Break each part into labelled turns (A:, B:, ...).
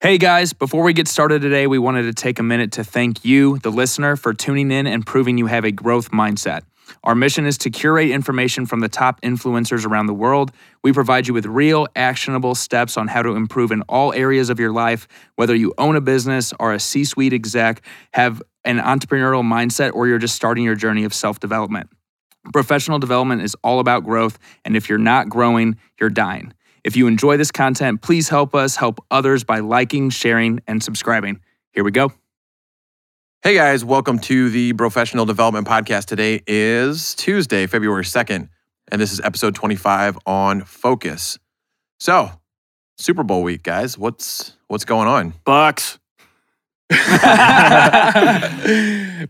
A: Hey guys, before we get started today, we wanted to take a minute to thank you, the listener, for tuning in and proving you have a growth mindset. Our mission is to curate information from the top influencers around the world. We provide you with real, actionable steps on how to improve in all areas of your life, whether you own a business, are a C suite exec, have an entrepreneurial mindset, or you're just starting your journey of self development. Professional development is all about growth, and if you're not growing, you're dying. If you enjoy this content, please help us help others by liking, sharing, and subscribing. Here we go.
B: Hey guys, welcome to the Professional Development Podcast. Today is Tuesday, February 2nd, and this is episode 25 on focus. So, Super Bowl week, guys. What's what's going on?
C: Bucks.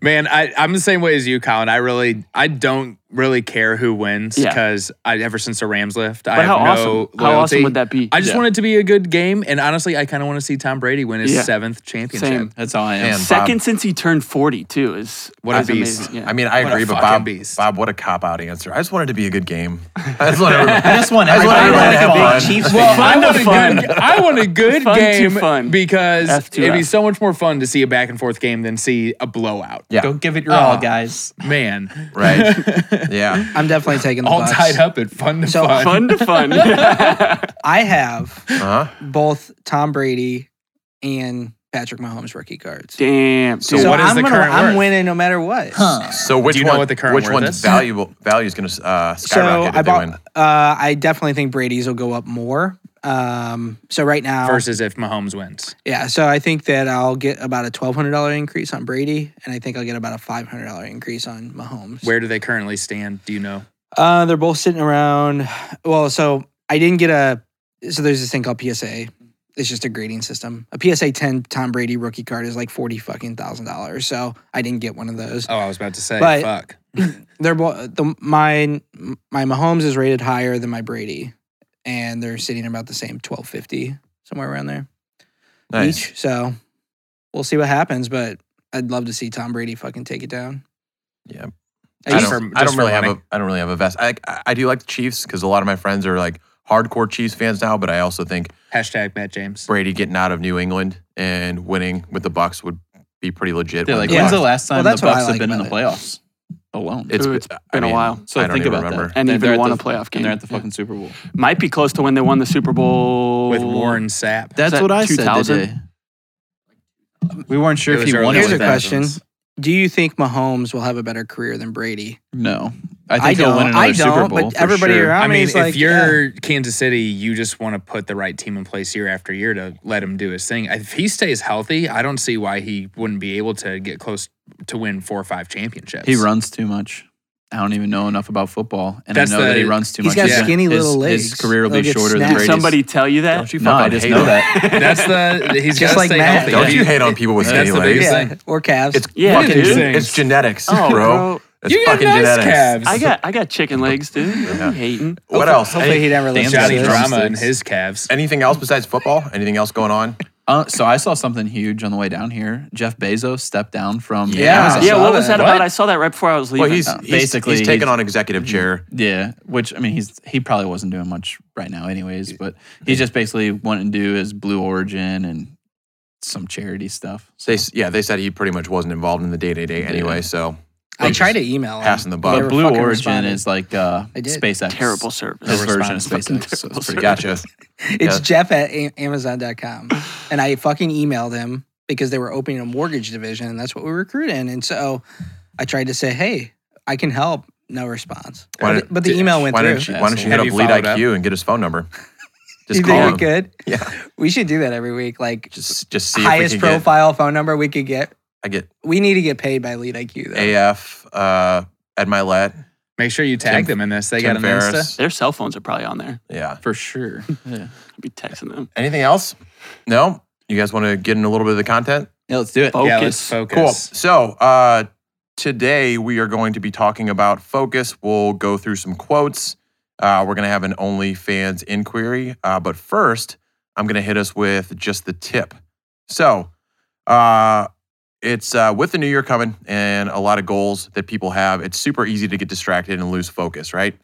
D: Man, I, I'm the same way as you, Colin. I really, I don't really care who wins
C: Yeah.
D: because I ever since the Rams left, I
C: But
D: have
C: how
D: no
C: awesome!
D: loyalty.
C: How awesome would that be?
D: I just
E: Yeah.
D: want it to be a good game, and honestly, I kind of want to see Tom Brady win his
C: Yeah.
D: seventh championship.
C: Same.
E: That's all I am.
B: Man.
C: Second since he turned forty too is
D: What a
C: is
D: beast.
C: Amazing. Yeah.
B: I mean, I
D: What a
B: agree, but
D: fucking
B: Bob,
D: beast.
B: Bob, what a cop out answer. I just wanted it to be a good game. I just want
E: I
B: to.
E: just want
B: I just
E: everybody
B: want everyone to
E: to
B: have
E: have
B: fun.
E: fun. Chiefs
D: Well,
E: fan.
D: I
C: Fun to
D: want, a
C: fun.
D: good, I want a good
C: Fun to
D: game
C: fun.
D: because
C: F2F.
D: it'd be so much more fun to see a back and forth game than see a blowout.
B: Yeah.
E: Go give it your
D: Oh.
E: all, guys.
D: Man,
B: Right. Yeah.
F: I'm definitely taking the
D: all
F: Bucks.
D: tied up at fun to
F: So
D: fun.
C: fun to fun. Yeah.
F: I have
B: Uh huh.
F: both Tom Brady and Patrick Mahomes rookie cards.
C: Damn.
B: So
C: dude.
D: what is
F: I'm
D: the
F: gonna,
D: current
F: I'm
D: worth?
F: winning no matter what.
E: Huh.
B: So which
D: you know
B: one?
D: what the current
B: which
D: word
B: one's
D: is?
B: valuable? Value is going to uh,
F: So
B: skyrocket
F: I
B: if they
F: bought.
B: win.
F: Uh, I definitely think Brady's will go up more. Um, so right now,
D: versus if Mahomes wins.
F: yeah. So I think that I'll get about a twelve hundred dollar increase on Brady, and I think I'll get about a five hundred dollar increase on Mahomes.
D: Where do they currently stand? Do you know?
F: Uh, they're both sitting around. Well, so I didn't get a. So there's this thing called PSA. It's just a grading system. A PSA 10 Tom Brady rookie card is like forty fucking thousand dollars. So I didn't get one of those.
D: Oh, I was about to say,
F: But-
D: fuck.
F: They're both the mine. My Mahomes is rated higher than my Brady, and they're sitting about the same twelve fifty somewhere around there
B: Nice.
F: each. So we'll see what happens, but I'd love to see Tom Brady fucking take it down.
B: Yeah. I
F: I used-
D: Just
B: don't,
D: for-
B: I
D: just
B: don't
D: for
B: really have a
D: running.
B: I don't really have a vest. I I I do like the Chiefs because a lot of my friends are like hardcore Chiefs fans now, but I also think
D: Hashtag Matt James.
B: Brady getting out of New England and winning with the Bucks would be pretty legit.
E: They're
B: when
E: like,
B: the
F: Yeah.
E: when's the
B: Bucs-
E: last
F: Well,
E: time
F: that's
E: the
F: what I
E: Bucks
F: like
E: have been in the
F: about
E: playoffs alone?
B: It's,
C: Ooh, it's been a while.
E: so
B: I don't
E: think
B: even
E: about
B: remember.
E: that.
C: And
E: They're-
C: even
E: they're at
C: won
E: the-
C: a playoff
E: And
C: game.
E: they're at the fucking Super Bowl.
C: Might be close to when they won the Super Bowl
D: with Warren Sapp.
E: That's
C: that
E: what I said
C: 2000?
E: today. We weren't sure
D: It
E: if
D: was
E: he
D: early
E: won. it
F: Here's
E: or
F: a
E: not.
F: question. Do you think Mahomes will have a better career than Brady?
E: No, I think he'll
F: don't.
E: win another
F: I don't,
E: Super Bowl.
F: but
E: for
F: everybody
E: sure.
F: around
D: I
F: me
D: mean,
F: is
D: if
F: like,
D: you're Kansas City, you just want to put the right team in place year after year to let him do his thing. If he stays healthy, I don't see why he wouldn't be able to get close to win four or five championships.
E: He runs too much. I don't even know enough about football, and
D: That's
E: I know that he
D: the-
E: runs too
F: He's
E: much.
F: got skinny
E: his,
F: little
E: His
F: legs.
E: career will be
F: They'll get
E: shorter than
F: snapped.
C: Did
E: Brady's.
C: somebody tell you that?
B: Don't you
E: No, I
B: fucking
E: just
B: hate
E: know
B: that.
E: that.
D: That's the he's
F: Just
D: gotta
F: like
D: stay
F: Matt.
D: healthy.
B: Don't you hate on people with
D: That's
B: skinny
D: the
B: legs?
D: biggest
F: yeah,
D: thing.
F: or calves.
B: It's
C: Yeah,
B: fucking
C: dude.
B: gen- it's genetics, bro.
C: Oh, bro.
B: It's
D: You got
B: fucking
D: nice
B: genetics.
D: calves.
C: I got I got chicken legs, dude.
B: Yeah.
C: I'm hating.
B: What else?
F: Hopefully
B: Any-
F: he never listens
D: Johnny
F: to this.
D: Drama and his calves.
B: anything else besides football? Anything else going on?
E: Uh, so I saw something huge on the way down here. Jeff Bezos stepped down from
B: Yeah.
E: Amazon.
C: Yeah, what
F: saw
C: was
F: that.
C: that about? I saw that right before I was
B: Well,
C: leaving.
B: he's,
E: Uh,
B: he's
E: basically,
B: he's taken
E: he's-
B: on executive chair.
E: Yeah, which I mean, he's he probably wasn't doing much right now, anyways. But he just basically wanted to do his Blue Origin and some charity stuff.
B: They s- yeah, they said he pretty much wasn't involved in the day to day anyway. So
F: I tried to email him.
B: passing the
F: They
B: buck.
F: were
E: But Blue
F: fucking
E: Origin
F: responding.
E: is like uh,
F: I did.
E: SpaceX.
C: terrible service.
E: His version of
C: Fucking
E: SpaceX. So
C: terrible
E: it's pretty
B: Gotcha.
C: service.
F: It's
B: Yeah.
F: Jeff at a- Amazon.com, and I fucking emailed him because they were opening a mortgage division, and that's what we recruit in. And so I tried to say, "Hey, I can help." No response.
B: Why
F: But,
B: don't-
F: but the email went
B: Why
F: through.
B: don't you Why don't you hit
D: Have
B: up
D: you
B: Lead
D: followed
B: IQ and get his phone number? Just
F: you
B: call
F: think
B: him.
F: we could?
B: Yeah,
F: We should do that every week. Like
B: just just see if
F: highest
B: we can get-
F: profile phone number we could get.
B: I get
F: We need to get paid by Lead IQ though.
B: AF uh, Ed Milet.
D: Make sure you tag
B: Tim-
D: them in this. They
B: Tim
D: got an Insta.
B: Ferriss.
C: Their cell phones are probably on there.
B: Yeah.
E: For sure. Yeah.
C: I'd be texting them.
B: Anything else? No. You guys want to get in a little bit of the content?
E: yeah, let's do it.
C: Focus.
D: Yeah, let's
B: Cool.
D: focus.
B: So uh, today we are going to be talking about focus. We'll go through some quotes. Uh, we're going to have an OnlyFans inquiry, uh, but first I'm going to hit us with just the tip. So uh, it's uh, with the new year coming and a lot of goals that people have. It's super easy to get distracted and lose focus, right?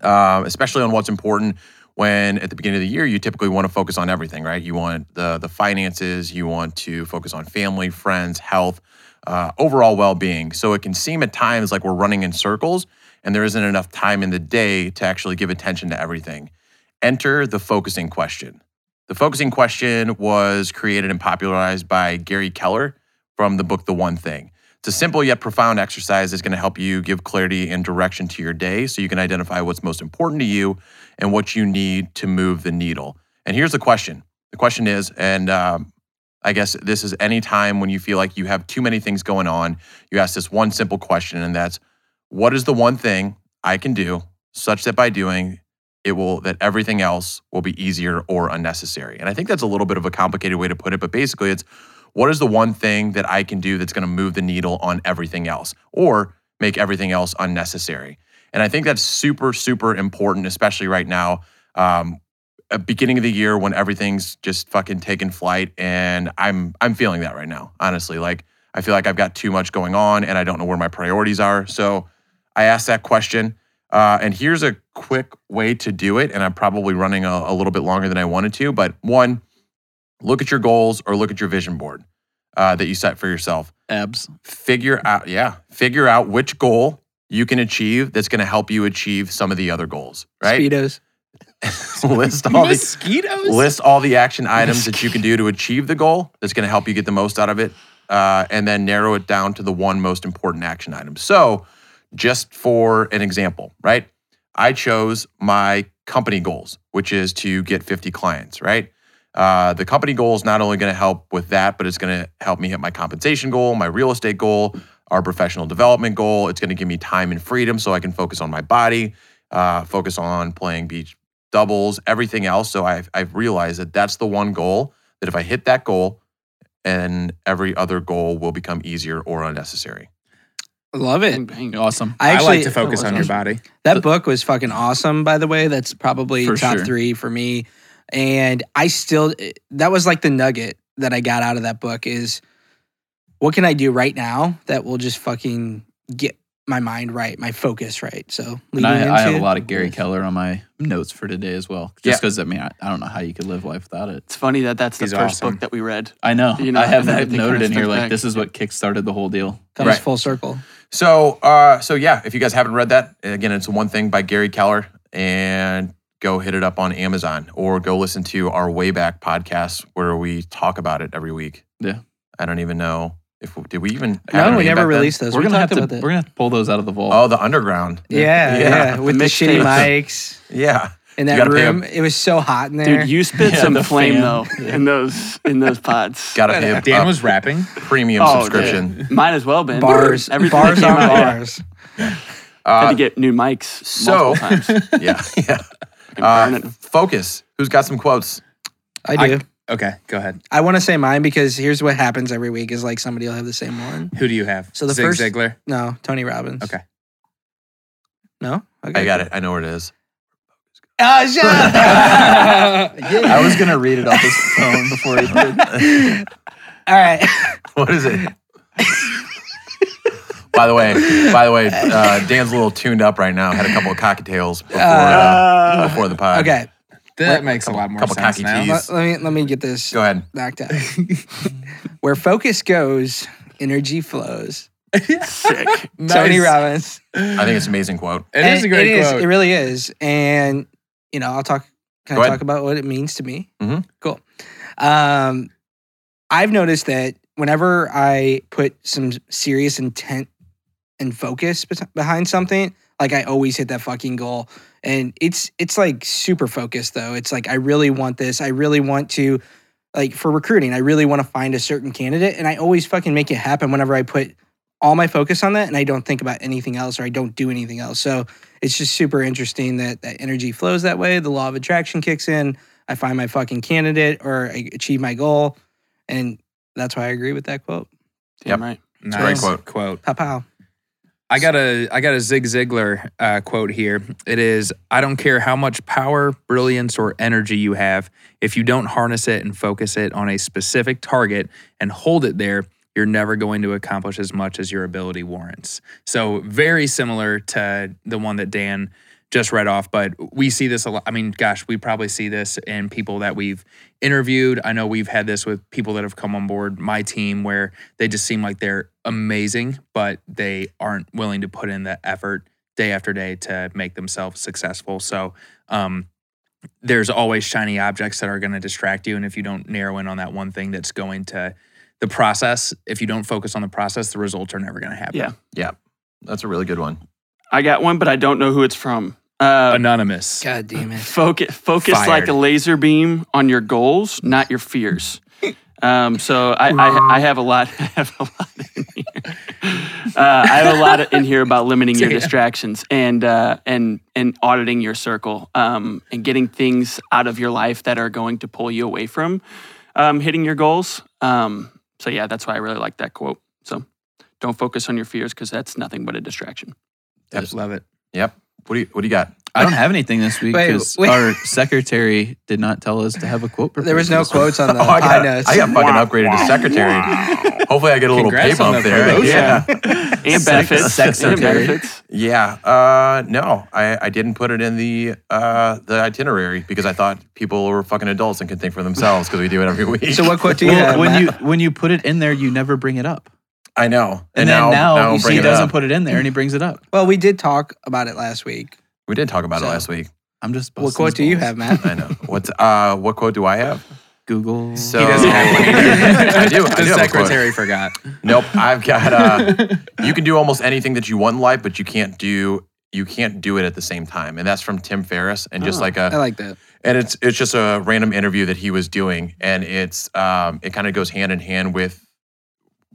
B: Um, especially Uh, on what's important when at the beginning of the year you typically want to focus on everything, right? You want the the finances, you want to focus on family, friends, health, uh, overall well being. So it can seem at times like we're running in circles, and there isn't enough time in the day to actually give attention to everything. Enter the focusing question. The focusing question was created and popularized by Gary Keller from the book The One Thing. It's a simple yet profound exercise that's going to help you give clarity and direction to your day so you can identify what's most important to you and what you need to move the needle. And here's the question the question is, and um, I guess this is any time when you feel like you have too many things going on, you ask this one simple question, and that's what is the one thing I can do such that by doing it will that everything else will be easier or unnecessary. And I think that's a little bit of a complicated way to put it, but basically it's what is the one thing that I can do that's going to move the needle on everything else or make everything else unnecessary? And I think that's super, super important, especially right now. Um, at beginning of the year when everything's just fucking taking flight and I'm I'm feeling that right now, honestly. Like I feel like I've got too much going on and I don't know where my priorities are. So I asked that question. Uh, and here's a quick way to do it. And I'm probably running a, a little bit longer than I wanted to, but one, look at your goals or look at your vision board uh, that you set for yourself.
E: Abs.
B: Figure out, yeah, figure out which goal you can achieve that's going to help you achieve some of the other goals, right?
F: Speedos.
B: list all the
D: Mosquitoes?
B: list all the action items that you can do to achieve the goal that's going to help you get the most out of it uh, and then narrow it down to the one most important action item so just for an example right i chose my company goals which is to get 50 clients right uh, the company goal is not only going to help with that but it's going to help me hit my compensation goal my real estate goal our professional development goal it's going to give me time and freedom so i can focus on my body uh, focus on playing beach doubles, everything else. So I've, I've realized that that's the one goal that if I hit that goal, and every other goal will become easier or unnecessary.
F: Love
C: Bang,
F: it.
C: bang.
E: Awesome.
F: I actually oh,
D: I like to focus
C: that
D: on your
C: was
D: body.
F: that book was fucking awesome. By the way, that's probably
E: For
F: top
E: sure.
F: three for me. And I still that was like the nugget that I got out of that book is what can I do right now that will just fucking get my mind right, my focus right. So
E: And
F: leading
E: I, I have a
F: into-
E: lot of Gary Keller on my notes for today as well.
B: Yeah.
E: Just because, I mean, I, I don't know how you could live life without it.
C: It's funny that that's the
D: He's
C: first
D: awesome.
C: book that we read.
E: I know.
C: You know,
E: I
C: and
E: have that
C: everything
E: noted
C: kinda
E: in here.
C: stems
E: Like,
C: back.
E: this is what kickstarted the whole deal.
F: comes
B: Right.
F: full circle.
B: So, uh, so yeah, if you guys haven't read that, again, it's one thing by Gary Keller, and go hit it up on Amazon or go listen to our Wayback podcast where we talk about it every week.
E: Yeah.
B: I don't even know if did we even
F: No,
B: it
F: we
B: way
F: never
B: back then?
F: released those.
E: We're
F: we
E: gonna have to.
F: talked
E: We're
F: about that.
E: gonna have to pull those out of the vault.
B: Oh, the underground.
F: Yeah, yeah,
B: Yeah.
F: with
C: The
F: the shitty
C: mixtapes.
F: mics
B: Yeah,
F: in
B: You
F: that
B: gotta pay up.
F: room. It was so hot in there.
C: Dude, you spit
E: Yeah,
C: some
E: the
C: flame
E: fan.
C: though in those in those pods.
B: gotta pay up
D: Dan was rapping.
B: premium
C: Oh,
B: subscription.
C: dude. Might as well been
F: bars,
C: Everything that
F: bars
C: came
F: on
C: out, yeah.
F: bars.
B: Uh,
C: Had to get new mics
B: so-
C: multiple times. And
B: yeah, yeah.
C: burn
B: Uh,
C: it.
B: focus. Who's got some quotes?
F: I do.
D: Okay, go ahead.
F: I, want to say mine because here's what happens every week is like somebody will have the same one.
D: Who do you have?
F: So the
D: Zig
F: first-
D: Ziglar.
F: No, Tony Robbins.
D: Okay.
F: No? Okay.
B: I got it. I know where it is.
F: Oh, shut up.
E: I was gonna read it off his phone before he did.
F: All right.
B: What is it? by the way, by the way, uh, Dan's a little tuned up right now. Had a couple of cocktails before uh, before the pod.
F: Okay.
D: That makes a lot more
B: couple
D: sense
B: cocky
D: now.
B: teas.
F: Let, let me let me get this
B: Go ahead.
F: knocked out. Where focus goes, energy flows.
C: Sick.
F: Tony
D: Nice.
F: Robbins.
B: I think it's an amazing quote.
D: It is a
F: And
D: great
F: it
D: quote.
F: It really is. And you know, I'll talk can
B: Go
F: I
B: ahead.
F: talk about what it means to me?
D: Mm-hmm.
B: Mhm.
F: Cool. Um I've noticed that whenever I put some serious intent and focus be- behind something, like I always hit that fucking goal. And it's it's like super focused though. It's like I really want this. I really want to like for recruiting, I really want to find a certain candidate and I always fucking make it happen whenever I put all my focus on that and I don't think about anything else or I don't do anything else. So it's just super interesting that that energy flows that way. The law of attraction kicks in. I find my fucking candidate or I achieve my goal. And that's why I agree with that quote.
B: Yep.
C: Damn right.
D: Nice
B: Great quote.
F: Pow pow.
D: I got a I got a Zig Ziglar uh, quote here. It is I don't care how much power, brilliance, or energy you have, if you don't harness it and focus it on a specific target and hold it there, you're never going to accomplish as much as your ability warrants. So very similar to the one that Dan just right off, but we see this a lot. I mean, gosh, we probably see this in people that we've interviewed. I know we've had this with people that have come on board my team where they just seem like they're amazing, but they aren't willing to put in the effort day after day to make themselves successful. So, um, there's always shiny objects that are going to distract you. And if you don't narrow in on that one thing that's going to the process, if you don't focus on the process, the results are never going to happen.
C: Yeah.
B: That's a really good one.
C: I got one, but I don't know who it's from. Uh,
D: Anonymous.
F: God damn it.
C: focus focus like
D: Fired.
C: a laser beam on your goals, not your fears. Um, so I, I I have a lot I have a lot in here. Uh, I have a lot in here about limiting your
D: Damn.
C: distractions and uh, and and auditing your circle um, and getting things out of your life that are going to pull you away from um, hitting your goals. Um, so yeah, that's why I really like that quote. So don't focus on your fears because that's nothing but a distraction.
B: Just-
D: Love it.
B: Yep. What do you What do you got?
E: I don't have anything this week
F: Wait,
E: because
F: wait.
E: our secretary did not tell us to have a quote.
F: There was no
E: prepared for this
F: quotes on the
B: Oh, I
F: high
B: got,
F: notes.
B: I got fucking upgraded to secretary. Hopefully, I get a little pay
D: Congrats on
B: bump
D: the
B: there.
D: promotion.
B: Yeah.
C: And benefits. and
B: secretary.
C: benefits.
B: Yeah. Uh, no, I, I didn't put it in the uh, the itinerary because I thought people were fucking adults and could think for themselves because we do it every week.
F: so what quote do you
E: one.
F: have?
E: Well,
F: Matt?
E: when you when you put it in there, you never bring it up.
B: I know.
E: And, then now, you see
B: bring
E: he
B: it
E: doesn't
B: up.
E: put it in there, and he brings it up.
F: well, we did talk about it last week.
B: We did talk about it
F: So-
B: last week.
E: I'm just.
F: what
E: busting
F: quote
E: his
F: do you
E: balls.
F: have, Matt?
B: I know. What's uh, what quote do I have?
E: Google.
B: So
D: doesn't have
B: Oh. I do.
D: the
B: I do have a quote.
D: secretary forgot.
B: Nope. I've got. Uh, you can do almost anything that you want in life, but you can't do you can't do it at the same time. And that's from Tim Ferriss. And just
E: Oh.
B: like a
F: I like that.
B: and it's it's just a random interview that he was doing, and it's um, it kind of goes hand in hand with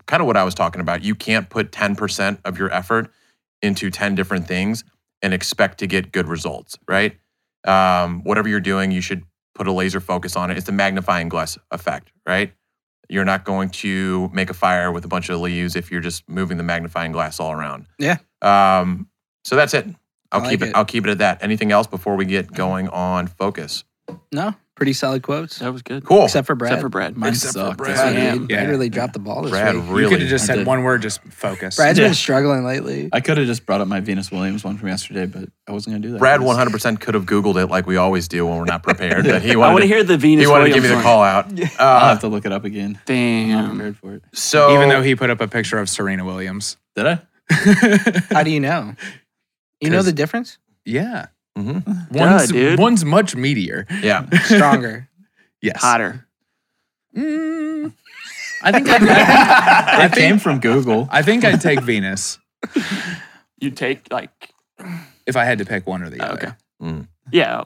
B: kind of what I was talking about. You can't put ten percent of your effort into ten different things and expect to get good results, right? Um, whatever you're doing, you should put a laser focus on it. It's the magnifying glass effect, right? You're not going to make a fire with a bunch of leaves if you're just moving the magnifying glass all around.
F: Yeah.
B: Um, so that's it. I'll
F: I
B: keep
F: like
B: it.
F: it.
B: I'll keep it at that. Anything else before we get going on focus?
F: No, pretty solid quotes.
C: That was good.
B: Cool.
F: Except for Brad.
C: Except for Brad.
E: Mine
B: Except for
E: sucked.
B: Brad.
E: That's
F: Brad,
E: what
C: Yeah.
E: I
F: dude,
E: did.
D: Yeah.
F: Brad really dropped the ball this
B: Brad
F: week.
D: You could
B: really.
D: have just
E: I
D: said
E: did.
D: one word, just focus.
F: Brad's
E: Yeah.
F: been struggling lately.
E: I could have just brought up my Venus Williams one from yesterday, but I wasn't gonna do that.
B: Brad
E: It was-
B: 100% could have Googled it like we always do when we're not prepared, but he
C: I want
B: wanted,
C: to
B: to,
C: hear the Venus.
B: he wanted to give you
C: Williams
B: the
C: one.
B: call out.
E: I'll
B: Uh,
E: have to look it up again. I'm not
C: Damn.
E: prepared for it.
B: so,
D: Even though he put up a picture of Serena Williams.
E: Did I?
F: How do you know? You know
D: 'Cause-
F: the difference?
D: Yeah.
B: Mhm.
D: One's,
C: dude.
D: one's much meatier.
B: yeah, Uh,
F: Stronger.
D: Yes.
C: Hotter.
D: Mm,
E: I think I,
D: I
E: it came from Google.
D: I think I'd take Venus
C: You take like
D: if I had to pick one or the
C: Oh,
D: other.
C: okay. yeah.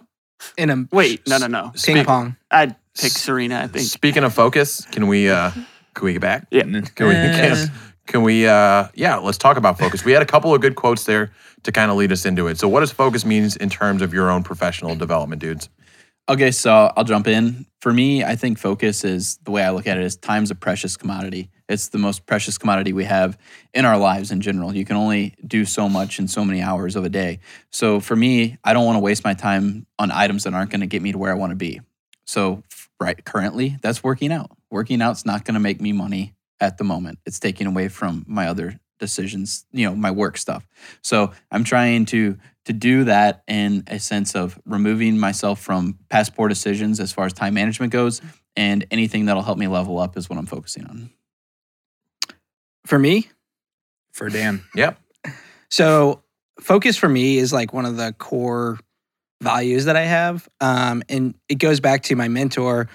F: In a
C: Wait, no, no, no.
F: ping pong.
C: I'd pick Serena. I think.
B: speaking of focus, can we, uh, can we get back?
C: Yeah.
B: Can we,
D: Eh.
B: can, can we, uh, yeah, let's talk about focus. We had a couple of good quotes there to kind of lead us into it. So what does focus means in terms of your own professional development, dudes?
E: Okay, so I'll jump in. For me, I think focus is the way I look at it is time's a precious commodity. It's the most precious commodity we have in our lives in general. You can only do so much in so many hours of a day. So for me, I don't want to waste my time on items that aren't going to get me to where I want to be. So f- right currently, that's working out. Working out's not going to make me money at the moment. It's taking away from my other decisions, you know, my work stuff. So I'm trying to to do that in a sense of removing myself from past poor decisions as far as time management goes, and anything that'll help me level up is what I'm focusing on.
F: For me,
D: For Dan.
F: So focus for me is like one of the core values that I have. Um, and it goes back to my mentor.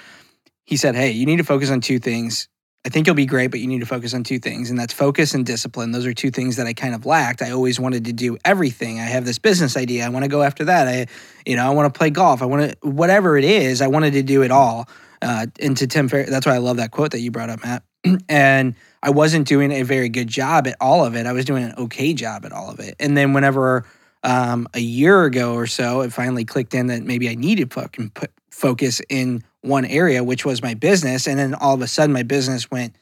F: He said, Hey, you need to focus on two things. I think you'll be great, but you need to focus on two things, and that's focus and discipline. Those are two things that I kind of lacked. I always wanted to do everything. I have this business idea. I want to go after that. I, you know, I want to play golf. I want to, whatever it is, I wanted to do it all. Uh, and to Tim Ferriss, that's why I love that quote that you brought up, Matt. and I wasn't doing a very good job at all of it. I was doing an okay job at all of it. And then whenever um, a year ago or so, it finally clicked in that maybe I needed fucking put focus in one area, which was my business. And then all of a sudden, my business went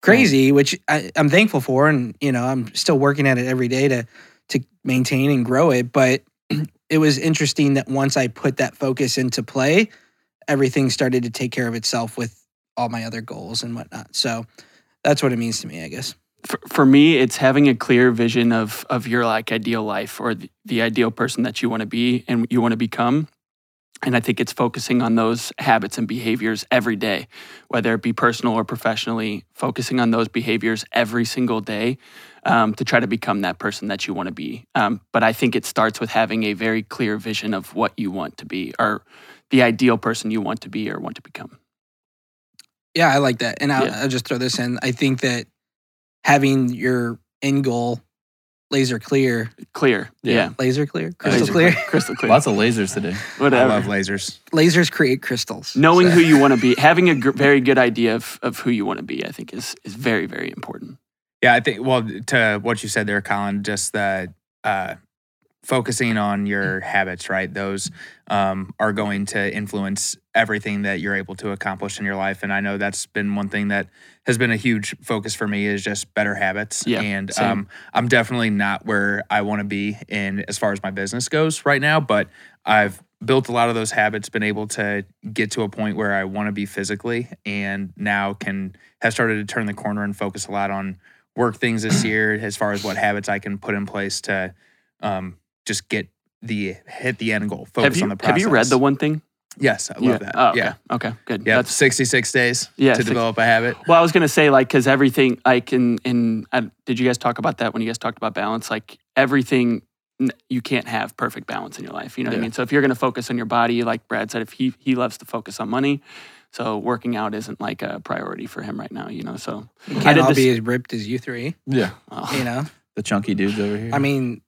F: crazy, which I, I'm thankful for. And you know, I'm still working at it every day to to maintain and grow it. But it was interesting that once I put that focus into play, everything started to take care of itself with all my other goals and whatnot. So that's what it means to me, I guess.
C: for, for me, it's having a clear vision of of your like ideal life or the, the ideal person that you want to be and you want to become. And I think it's focusing on those habits and behaviors every day, whether it be personal or professionally, focusing on those behaviors every single day um, to try to become that person that you want to be. Um, but I think it starts with having a very clear vision of what you want to be or the ideal person you want to be or want to become.
F: Yeah, I like that. And I'll,
C: Yeah.
F: I'll just throw this in. I think that having your end goal laser clear,
C: Clear.
E: Yeah.
C: Yeah.
F: laser clear, crystal
C: Laser
F: clear,
C: Crystal clear.
E: Lots of lasers today.
D: I
C: Whatever.
D: love lasers.
F: lasers create crystals.
C: Knowing
F: So-
C: who you want to be, having a gr- very good idea of, of who you want to be, I think is is very very important.
D: Yeah, I think. Well, to what you said there, Colin, just the uh, focusing on your habits, right? Those um, are going to influence everything that you're able to accomplish in your life. And I know that's been one thing that has been a huge focus for me is just better habits.
C: Yeah,
D: and
C: same.
D: um, I'm definitely not where I want to be in as far as my business goes right now, but I've built a lot of those habits, been able to get to a point where I want to be physically, and now can have started to turn the corner and focus a lot on work things this year as far as what habits I can put in place to um, just get the hit the end goal. Focus
C: have you
D: on the process.
C: have you read the one thing?
D: Yes, I love
C: yeah.
D: that.
C: Oh, okay.
D: Yeah,
C: Okay. Good.
D: yeah.
C: That's
D: Sixty-six days
C: yeah.
D: to
C: six-
D: develop a habit.
C: Well, I was gonna say like because everything like in in I, did you guys talk about that when you guys talked about balance? Like everything n- you can't have perfect balance in your life. You know what I mean? So if you're gonna focus on your body, like Brad said, if he he loves to focus on money, so working out isn't like a priority for him right now. You know, so
F: You
C: I
F: can't
C: did
F: all
C: this-
F: be as ripped as you three.
E: Yeah.
C: well,
F: You know,
E: The chunky dudes over here.
F: I mean,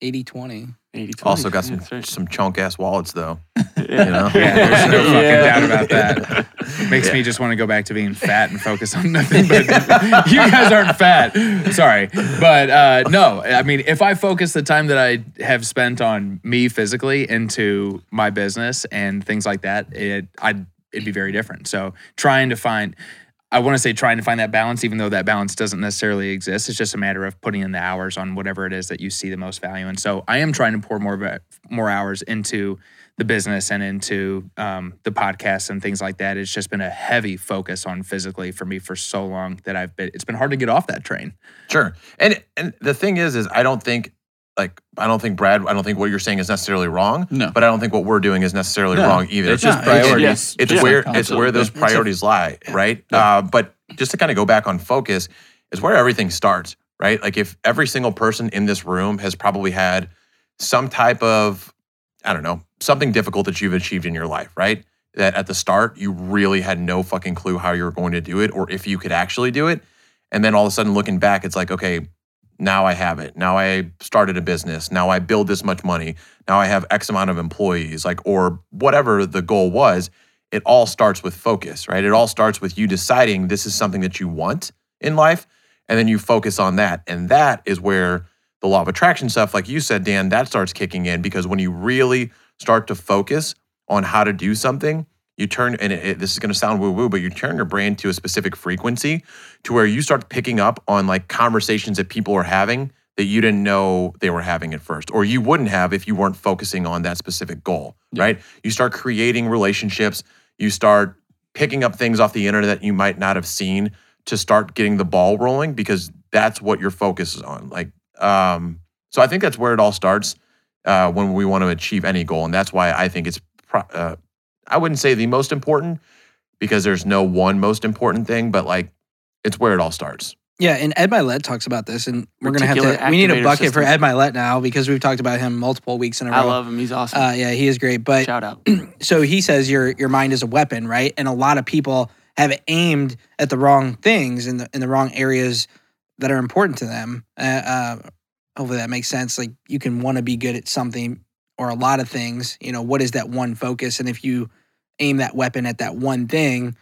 F: 80 20.
C: 80/20.
B: Also got some
C: That's right.
B: some chunk ass wallets though.
C: Yeah.
B: You know?
D: Yeah, there's no fucking
C: Yeah.
D: doubt about that. Makes me just want to go back to being fat and focus on nothing. But you guys aren't fat. Sorry. But uh, no, I mean, if I focus the time that I have spent on me physically into my business and things like that, it I'd it'd be very different. So trying to find I want to say trying to find that balance, even though that balance doesn't necessarily exist. It's just a matter of putting in the hours on whatever it is that you see the most value. And so I am trying to pour more va- more hours into the business and into um, the podcast and things like that. It's just been a heavy focus on physically for me for so long that I've been. It's been hard to get off that train.
B: Sure. And and the thing is, is I don't think like I don't think Brad, I don't think what you're saying is necessarily wrong,
E: No.
B: but I don't think what we're doing is necessarily
E: No.
B: wrong either.
E: it's just
B: No,
E: priorities.
C: yeah.
B: It's
C: Yeah.
B: where it's
E: Absolutely.
B: where those
E: It's a-
B: priorities lie, right? Uh, but just to kind of go back on focus, is where everything starts, right? Like if every single person in this room has probably had some type of, I don't know, something difficult that you've achieved in your life, right? That at the start you really had no fucking clue how you were going to do it or if you could actually do it, and then all of a sudden looking back, it's like okay. Now I have it. Now I started a business. Now I build this much money. Now I have X amount of employees, like, or whatever the goal was it all starts with focus, right? It all starts with you deciding this is something that you want in life, and then you focus on that. And that is where the law of attraction stuff, like you said, Dan, that starts kicking in because when you really start to focus on how to do something, you turn, and it, it- this is going to sound woo woo, but you turn your brain to a specific frequency to where you start picking up on like conversations that people are having that you didn't know they were having at first, or you wouldn't have if you weren't focusing on that specific goal, right? You start creating relationships you start picking up things off the internet you might not have seen to start getting the ball rolling because that's what your focus is on like um so i think that's where it all starts uh when we want to achieve any goal and that's why i think it's pro- uh, i wouldn't say the most important because there's no one most important thing but like it's where it all starts
F: Yeah, and Ed Milet talks about this, and we're gonna have
C: Reticular
F: to. We need a
C: activator
F: bucket for
C: system.
F: Ed Milet now because we've talked about him multiple weeks in a row.
C: I love him. He's awesome.
F: Uh, yeah, he is great. But
C: Shout out.
F: so he says your your mind is a weapon, right? And a lot of people have aimed at the wrong things in the in the wrong areas that are important to them. Uh, uh, hopefully that makes sense. Like you can want to be good at something or a lot of things. You know, what is that one focus? And if you aim that weapon at that one thing,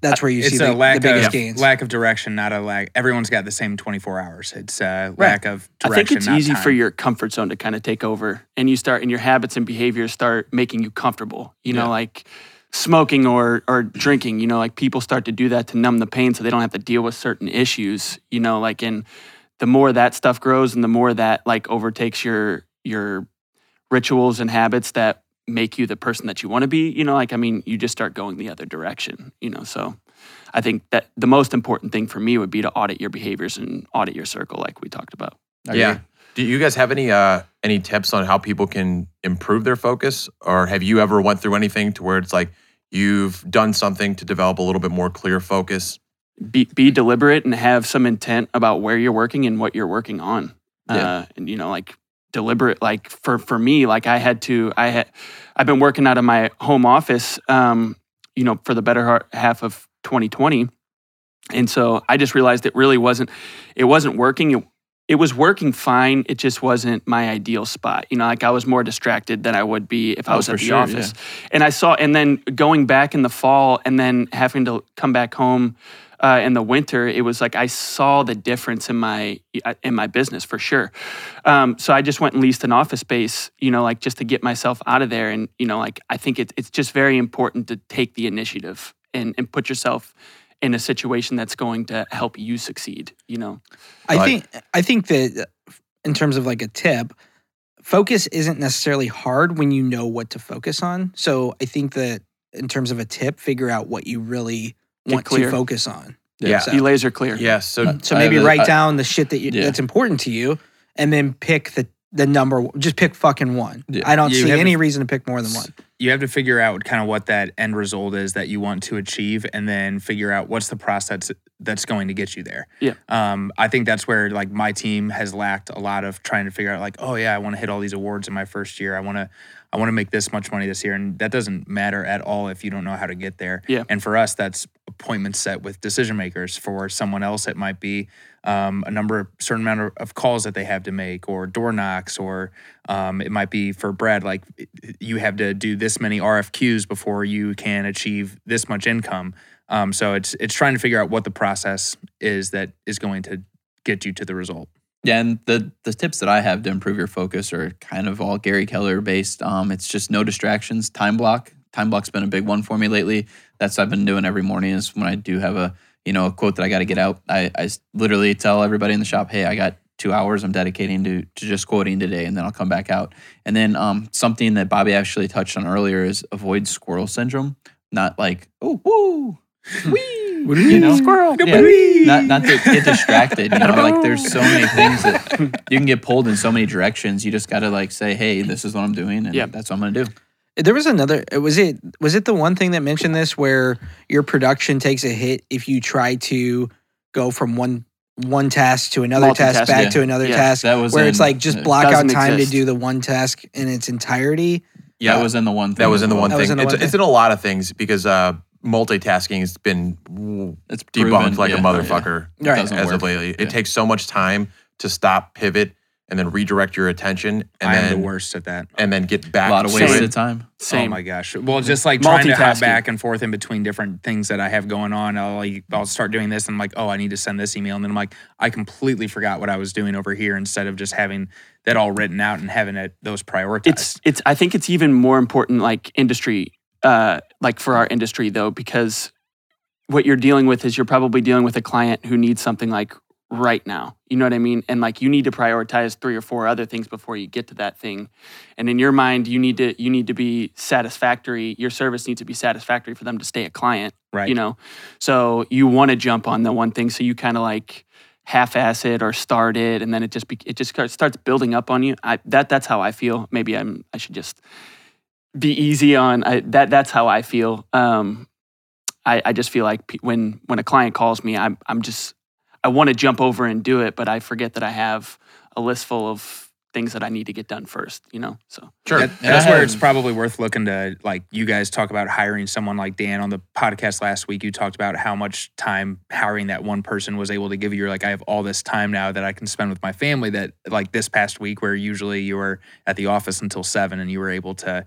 F: that's where you
D: Uh, it's
F: see the,
D: a lack
F: the biggest
D: of
F: gains.
D: lack of direction, not a lack. Everyone's got the same 24 hours. It's a lack of
C: I
D: direction.
C: think it's
D: not
C: easy
D: time.
C: for your comfort zone to kind of take over, and you start, and your habits and behaviors start making you comfortable. You know, like smoking or or drinking. You know, like people start to do that to numb the pain, so they don't have to deal with certain issues. You know, like and the more that stuff grows, and the more that like overtakes your your rituals and habits that make you the person that you want to be. You know, like I mean, you just start going the other direction. You know, so I think that the most important thing for me would be to audit your behaviors and audit your circle, like we talked about.
E: I agree.
B: Yeah. Do you guys have any uh any tips on how people can improve their focus, or have you ever went through anything to where it's like you've done something to develop a little bit more clear focus?
C: be, be deliberate and have some intent about where you're working and what you're working on. Uh, and you know, like deliberate, like for, for me, like I had to, I had, I've been working out of my home office, um, you know, for the better har- half of 2020. And so I just realized it really wasn't, it wasn't working. It, it was working fine. It just wasn't my ideal spot. You know, like I was more distracted than I would be if I
E: Oh,
C: was
E: for
C: at the
E: sure, yeah.
C: office. And I saw, and then going back in the fall and then having to come back home uh, in the winter, it was like I saw the difference in my uh, in my business for sure. Um, so I just went and leased an office space, you know, like just to get myself out of there. And you know, like I think it, it's just very important to take the initiative and and put yourself in a situation that's going to help you succeed. You know,
F: I
B: Right.
F: think I think that uh, in terms of like a tip, focus isn't necessarily hard when you know what to focus on. So I think that in terms of a tip, figure out what you really
C: Get
F: want to
C: clear.
F: focus on.
E: Yeah.
F: So,
C: be laser clear.
B: Yeah. So
F: so
E: I
F: maybe
E: have a-
F: write
E: I-
F: down the shit that you,
E: Yeah.
F: that's important to you, and then pick the the number. Just pick fucking one.
E: Yeah.
F: I don't
D: You
F: see
D: haven't-
F: any reason to pick more than one.
D: you have to figure out kind of what that end result is that you want to achieve and then figure out what's the process that's going to get you there
C: Yeah.
D: um i think that's where like my team has lacked a lot of trying to figure out like oh yeah i want to hit all these awards in my first year i want to i want to make this much money this year and that doesn't matter at all if you don't know how to get there
C: Yeah.
D: and for us that's appointments set with decision makers for someone else it might be um, a number of certain amount of, of calls that they have to make or door knocks or um, it might be for brad like you have to do this many rfqs before you can achieve this much income um, so it's it's trying to figure out what the process is that is going to get you to the result
E: Yeah, and the the tips that I have to improve your focus are kind of all Gary Keller based. Um, it's just no distractions, time block. Time block's been a big one for me lately. That's what I've been doing every morning is when I do have a you know a quote that I got to get out. I, I s- literally tell everybody in the shop, hey, I got two hours I'm dedicating to to just quoting today, and then I'll come back out. And then um, something that Bobby actually touched on earlier is avoid squirrel syndrome. Not like oh woo. Wee, you know, squirrel. Yeah not not to get distracted. You know, like there's so many things that you can get pulled in so many directions. You just got to like say, hey, this is what I'm doing, and
C: Yeah.
E: that's what I'm gonna do.
F: There was another. Was it was it the one thing that mentioned this where your production takes a hit if you try to go from one one task to another task
C: Multitask,
F: back
E: yeah.
F: to another
C: Yeah,
F: task
E: That was
F: where
E: in-
F: it's like just
E: uh,
F: block out
C: doesn't
F: time
C: exist.
F: to do the one task in its entirety.
E: Yeah, that was in the one. Thing
B: that was
E: as
B: in the
E: well.
B: one
F: That was
B: thing.
F: in the
B: it's,
F: one
B: it's in a lot of things because uh, multitasking has been w-
E: It's
B: debunked
E: proven,
B: like
E: yeah,
B: a motherfucker.
E: yeah. It
F: Right.
E: doesn't
B: as
E: work.
B: of lately.
E: Yeah.
B: It takes so much time to stop, pivot, and then redirect your attention, and
D: i am
B: then
D: the worst at that
B: and then get
E: A
B: back.
E: lot of
B: to
E: wasted
B: it.
E: time.
D: Oh
C: Same.
D: my gosh. Well, just like trying to hop
C: Multitasking.
D: back and forth in between different things that I have going on. I'll like I'll start doing this and I'm like, oh, I need to send this email. And then I'm like, I completely forgot what I was doing over here instead of just having that all written out and having it those prioritized.
C: it's it's i think it's even more important like industry uh like for our industry though because what you're dealing with is you're probably dealing with a client who needs something like right now you know what i mean and like you need to prioritize three or four other things before you get to that thing and in your mind you need to you need to be satisfactory your service needs to be satisfactory for them to stay a client
D: right.
C: you know so you want to jump on the one thing so you kind of like half-ass it or start it and then it just be, it just starts- starts building up on you I, that that's how i feel maybe i'm i should just be easy on I, that that's how i feel um i i just feel like pe- when when a client calls me i'm i'm just i want to jump over and do it but i forget that i have a list full of things that i need to get done first you know so
B: Sure.
D: That-
E: And
D: that's
E: I
D: where
E: have-
D: it's probably worth looking to like you guys talk about hiring someone like Dan on the podcast last week. You talked about how much time hiring that one person was able to give you. You're like, I have all this time now that I can spend with my family that like this past week where usually you were at the office until seven and you were able to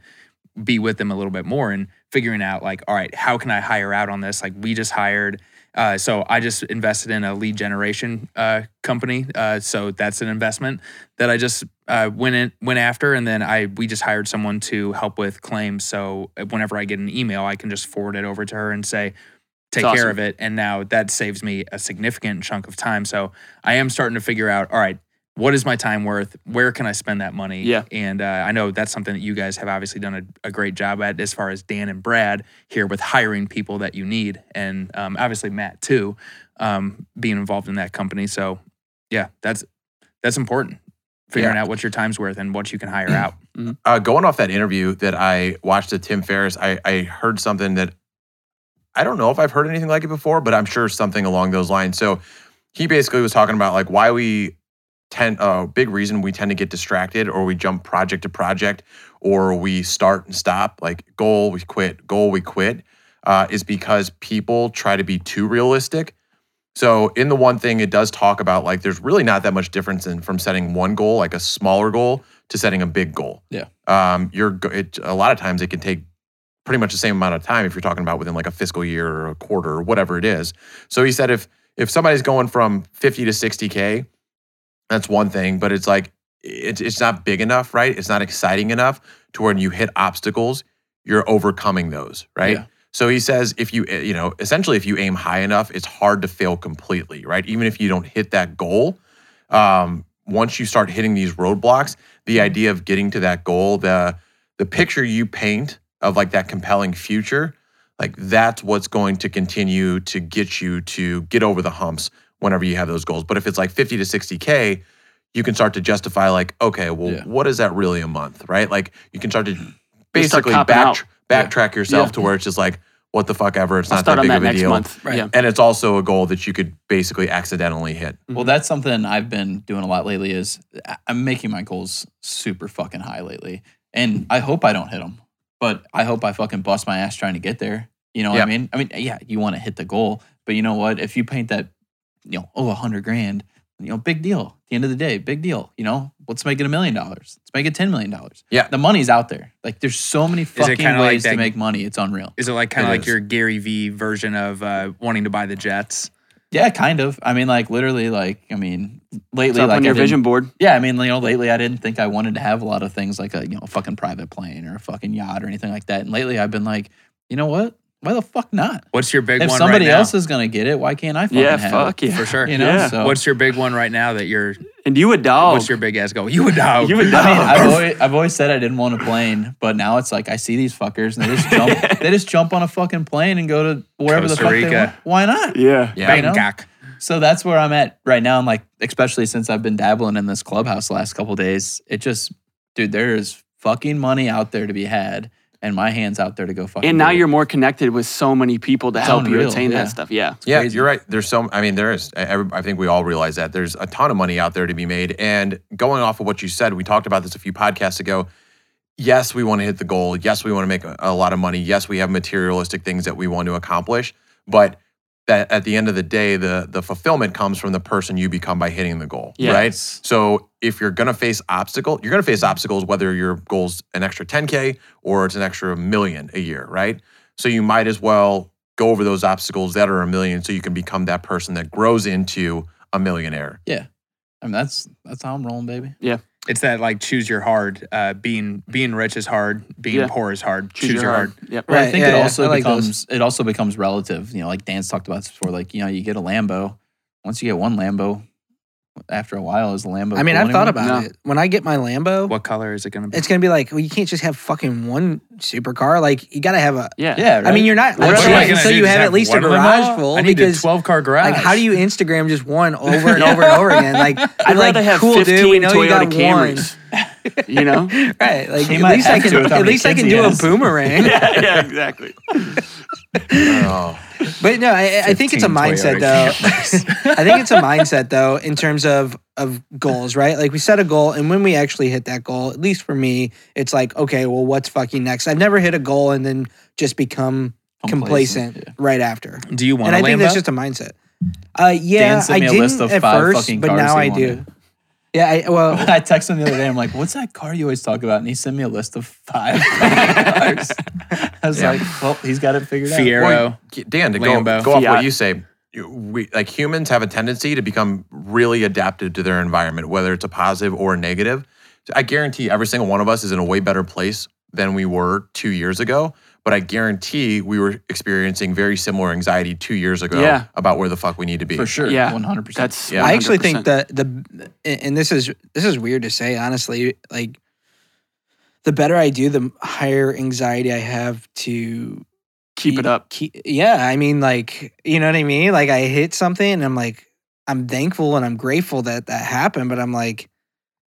D: be with them a little bit more and figuring out like, all right, how can I hire out on this? Like we just hired uh, so I just invested in a lead generation uh, company. Uh, so that's an investment that I just uh, went in, went after, and then I we just hired someone to help with claims. So uh, whenever I get an email, I can just forward it over to her and say, "Take care
C: awesome.
D: of it." And now that saves me a significant chunk of time. So I am starting to figure out. All right, what is my time worth? Where can I spend that money?
C: Yeah.
D: And uh, I know that's something that you guys have obviously done a, a great job at as far as Dan and Brad here with hiring people that you need. And um, obviously Matt too, um, being involved in that company. So yeah, that's, that's important. Figuring out what your time's worth and what you can hire out.
B: uh, going off that interview that I watched of Tim Ferriss, I, I heard something that I don't know if I've heard anything like it before, but I'm sure something along those lines. So he basically was talking about like why we tend a big reason we tend to get distracted or we jump project to project or we start and stop like goal we quit goal we quit uh, is because people try to be too realistic so in the one thing it does talk about like there's really not that much difference in from setting one goal like a smaller goal to setting a big goal
E: Yeah.
B: um you're go- it, a lot of times it can take pretty much the same amount of time if you're talking about within like a fiscal year or a quarter or whatever it is so he said if if somebody's going from 50 to 60k that's one thing but it's like it's it's not big enough right it's not exciting enough to where you hit obstacles you're overcoming those right
E: Yeah.
B: so he says if you eh, you know essentially if you aim high enough it's hard to fail completely right even if you don't hit that goal um, once you start hitting these roadblocks the idea of getting to that goal the the picture you paint of like that compelling future like that's what's going to continue to get you to get over the humps whenever you have those goals but if it's like 50 to 60k you can start to justify like okay well
E: Yeah.
B: what is that really a month right like you can start to basically
C: copping
B: back, backtrack yourself
C: Yeah.
B: to where it's just like what the fuck ever it's
C: I'll
B: not
C: start
B: that
C: on
B: big
C: that
B: of a
C: next
B: deal
C: month.
E: Right.
C: Yeah.
B: and it's also a goal that you could basically accidentally hit
E: Well, that's something I've been doing a lot lately. Is I- I'm making my goals super fucking high lately, and I hope I don't hit them, but I hope I fucking bust my ass trying to get there. You know what
B: Yeah.
E: I mean? I mean, yeah, you want to hit the goal, but you know what? If you paint that, you know, oh, a hundred grand, you know, big deal. At the end of the day, big deal. You know, let's make it a million dollars. Let's make it ten million dollars.
B: Yeah.
E: the money's out there. Like, there's so many fucking
D: kinda like
E: ways
D: that-
E: to make money. It's unreal.
D: Is it like kind
E: It
D: of like
E: is.
D: your Gary V version of uh, wanting to buy the Jets?
E: Yeah, kind of. I mean, like literally, like I mean,
C: It's
E: lately,
C: up
E: like
C: on
E: I
C: your
E: didn't-
C: vision board.
E: Yeah, I mean, you know, lately I didn't think I wanted to have a lot of things like a you know a fucking private plane or a fucking yacht or anything like that. And lately I've been like, you know what? Why the fuck not?
D: What's your big
E: if
D: one
E: somebody
D: right now?
E: else is gonna get it, why can't I fucking
C: Yeah,
E: have
C: fuck yeah.
D: for sure.
E: it? You know,
C: Yeah.
E: so
D: What's your big one right now that you're?
C: And you a dog.
D: What's your big ass goal? You a dog?
C: Oh. You a dog.
E: I mean, I've always, I've always said I didn't want a plane, but now it's like I see these fuckers and they just jump they just jump on a fucking plane and go to wherever the
D: Costa
E: fuck they
D: Rica.
E: want. Why not?
C: yeah.
B: yeah
E: you know?
D: Bangkok.
E: So that's where I'm at right now. I'm like, especially since I've been dabbling in this clubhouse the last couple days, it just, dude, there is fucking money out there to be had, and my hands out there to go fucking.
C: And now
E: do it.
C: you're more connected with so many people to
E: It's
C: help you
E: unreal,
C: attain
E: yeah.
C: that stuff. Yeah.
B: yeah you're right there's so i mean there is I- every- i think we all realize that there's a ton of money out there to be made and going off of what you said we talked about this a few podcasts ago yes we want to hit the goal yes we want to make a, a lot of money yes we have materialistic things that we want to accomplish but that at the end of the day the the fulfillment comes from the person you become by hitting the goal
C: Yeah.
B: right so if you're going to face obstacle, you're going to face obstacles whether your goal's an extra 10k or it's an extra million a year, right? So you might as well go over those obstacles that are a million so you can become that person that grows into a millionaire.
E: I mean, that's that's how I'm rolling, baby.
D: It's that like choose your hard. Uh, being being rich is hard. Being
C: Yeah.
D: poor is hard. Choose, your hard.
C: Yep.
E: But I
F: Right,
E: think
F: yeah,
E: it
F: yeah,
E: also
F: I like those.
E: becomes it also becomes relative. You know, like Dan's talked about this before. Like, you know, you get a Lambo. Once you get one Lambo, after a while, is the Lambo.
F: I mean,
E: cool
F: I've thought
E: anymore?
F: about
C: No.
F: it. When I get my Lambo,
D: What color is it gonna be?
F: it's gonna be like, well, you can't just have fucking one supercar. Like, you gotta have a.
C: Yeah.
E: Yeah, right?
F: I mean, you're not.
C: What
F: I'm
C: am I
F: saying
C: gonna
F: until
D: do,
F: you
D: just
F: have
D: have
F: at least a
D: one of them
F: garage
D: all?
F: full.
D: I need a
F: because,
D: 12 car garage.
F: Like, how do you Instagram just one over and over and over again? Like,
C: I'd
F: you're like,
C: rather have
F: cool,
C: 15
F: dude, we know
C: Toyota
F: you got
C: Camrys. you know?
F: one. Right. Like,
E: He
F: at
E: might
F: least I
E: have to
F: can,
E: with how
F: at
E: many
F: least I
E: kids
F: can
E: he
F: do a
E: has.
F: boomerang.
C: yeah, yeah, exactly.
B: Oh.
F: But no, I, I think it's
D: 15
F: a mindset
D: Toyota
F: though. I think it's a mindset though in terms of of goals, right? Like we set a goal, and when we actually hit that goal, at least for me, it's like, okay, well, what's fucking next? I've never hit a goal and then just become complacent,
E: Complacent,
F: right after.
D: Do you want
F: And
D: a
F: I think
D: Lambo?
F: that's just a mindset. Uh, yeah,
E: Dan sent me
F: I
E: a
F: didn't
E: list of
F: at
E: five
F: first,
E: fucking
F: but
E: cars
F: now
E: he
F: I do.
E: wanted.
F: Yeah, I, well,
E: I texted him the other day. I'm like, "What's that car you always talk about?" And he sent me a list of five cars. I was
B: Yeah.
E: like, "Well, he's got it figured out."
D: Fiero.
B: Well, Dan, to go,
D: Lambo.
B: go off what
C: Fiat.
B: you say, you- we, like humans have a tendency to become really adaptive to their environment, whether it's a positive or a negative. So I guarantee every single one of us is in a way better place than we were two years ago But I guarantee we were experiencing very similar anxiety two years ago
C: Yeah.
B: about where the fuck we need to be.
E: for sure.
C: Yeah.
E: one hundred percent.
C: That's
B: Yeah.
F: I actually think
C: 100%.
F: that the and this is this is weird to say honestly like the better I do the higher anxiety I have to
C: keep it up.
F: keep, yeah I mean like you know what I mean like I hit something and I'm like I'm thankful and I'm grateful that that happened but I'm like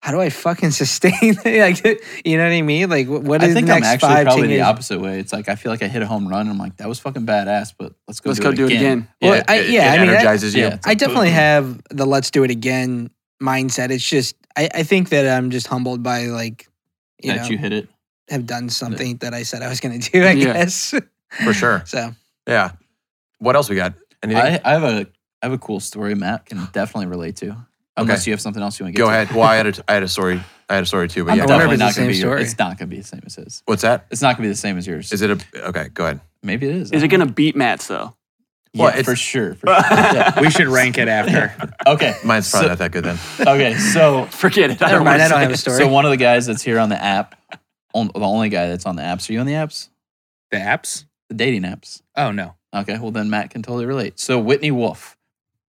F: how do I fucking sustain like you know what I mean like wh- what is
E: I think
F: the
E: I'm
F: next
E: actually
F: five
E: probably
F: ten
E: the
F: years
E: opposite way. It's like I feel like I hit a home run. and I'm like, that was fucking badass, but let's go.
C: Let's
E: do
C: go
E: it
C: do it
E: again.
C: again.
F: Well,
B: it,
F: I-
B: it-
F: yeah,
B: it
F: I mean, that-
B: energizes you.
E: Yeah, it's
F: I
E: like,
F: definitely
E: boom.
F: have the let's do it again mindset. It's just I, I think that I'm just humbled by like you
E: that
F: know
E: you hit it.
F: have done something that I said I was gonna do, I
C: Yeah.
F: guess.
B: for sure.
F: So
B: Yeah. What else we got? Anything?
E: I, I have a I have a cool story Matt can definitely relate to. Unless you have something else you want to get
B: Go
E: to.
B: ahead. Well, I had a, I had a story. I had a story too, but
F: I'm
B: yeah.
F: I wonder
B: definitely.
F: if
E: definitely
F: it's
E: not
F: the same
E: going to be your,
F: story.
E: It's not going to be the same as his.
B: What's that?
E: It's not going to be the same as yours.
B: Is it a okay? Go ahead.
E: Maybe it is.
C: Is it going to beat Matt's though?
E: Yeah,
B: Well, it's-
E: for sure. For sure. Yeah.
D: We should rank it after.
E: Okay.
B: Mine's
E: So-
B: probably not that good then.
E: Okay. So
C: Forget it. I
F: never
C: don't wanna
F: mind, I don't
C: say
F: have a
C: it.
F: story.
E: so one of the guys that's here on the app, on, the only guy that's on the apps. Are you on the apps?
D: the apps?
E: The dating apps.
D: Oh no.
E: Okay. Well, then Matt can totally relate. So Whitney Wolf,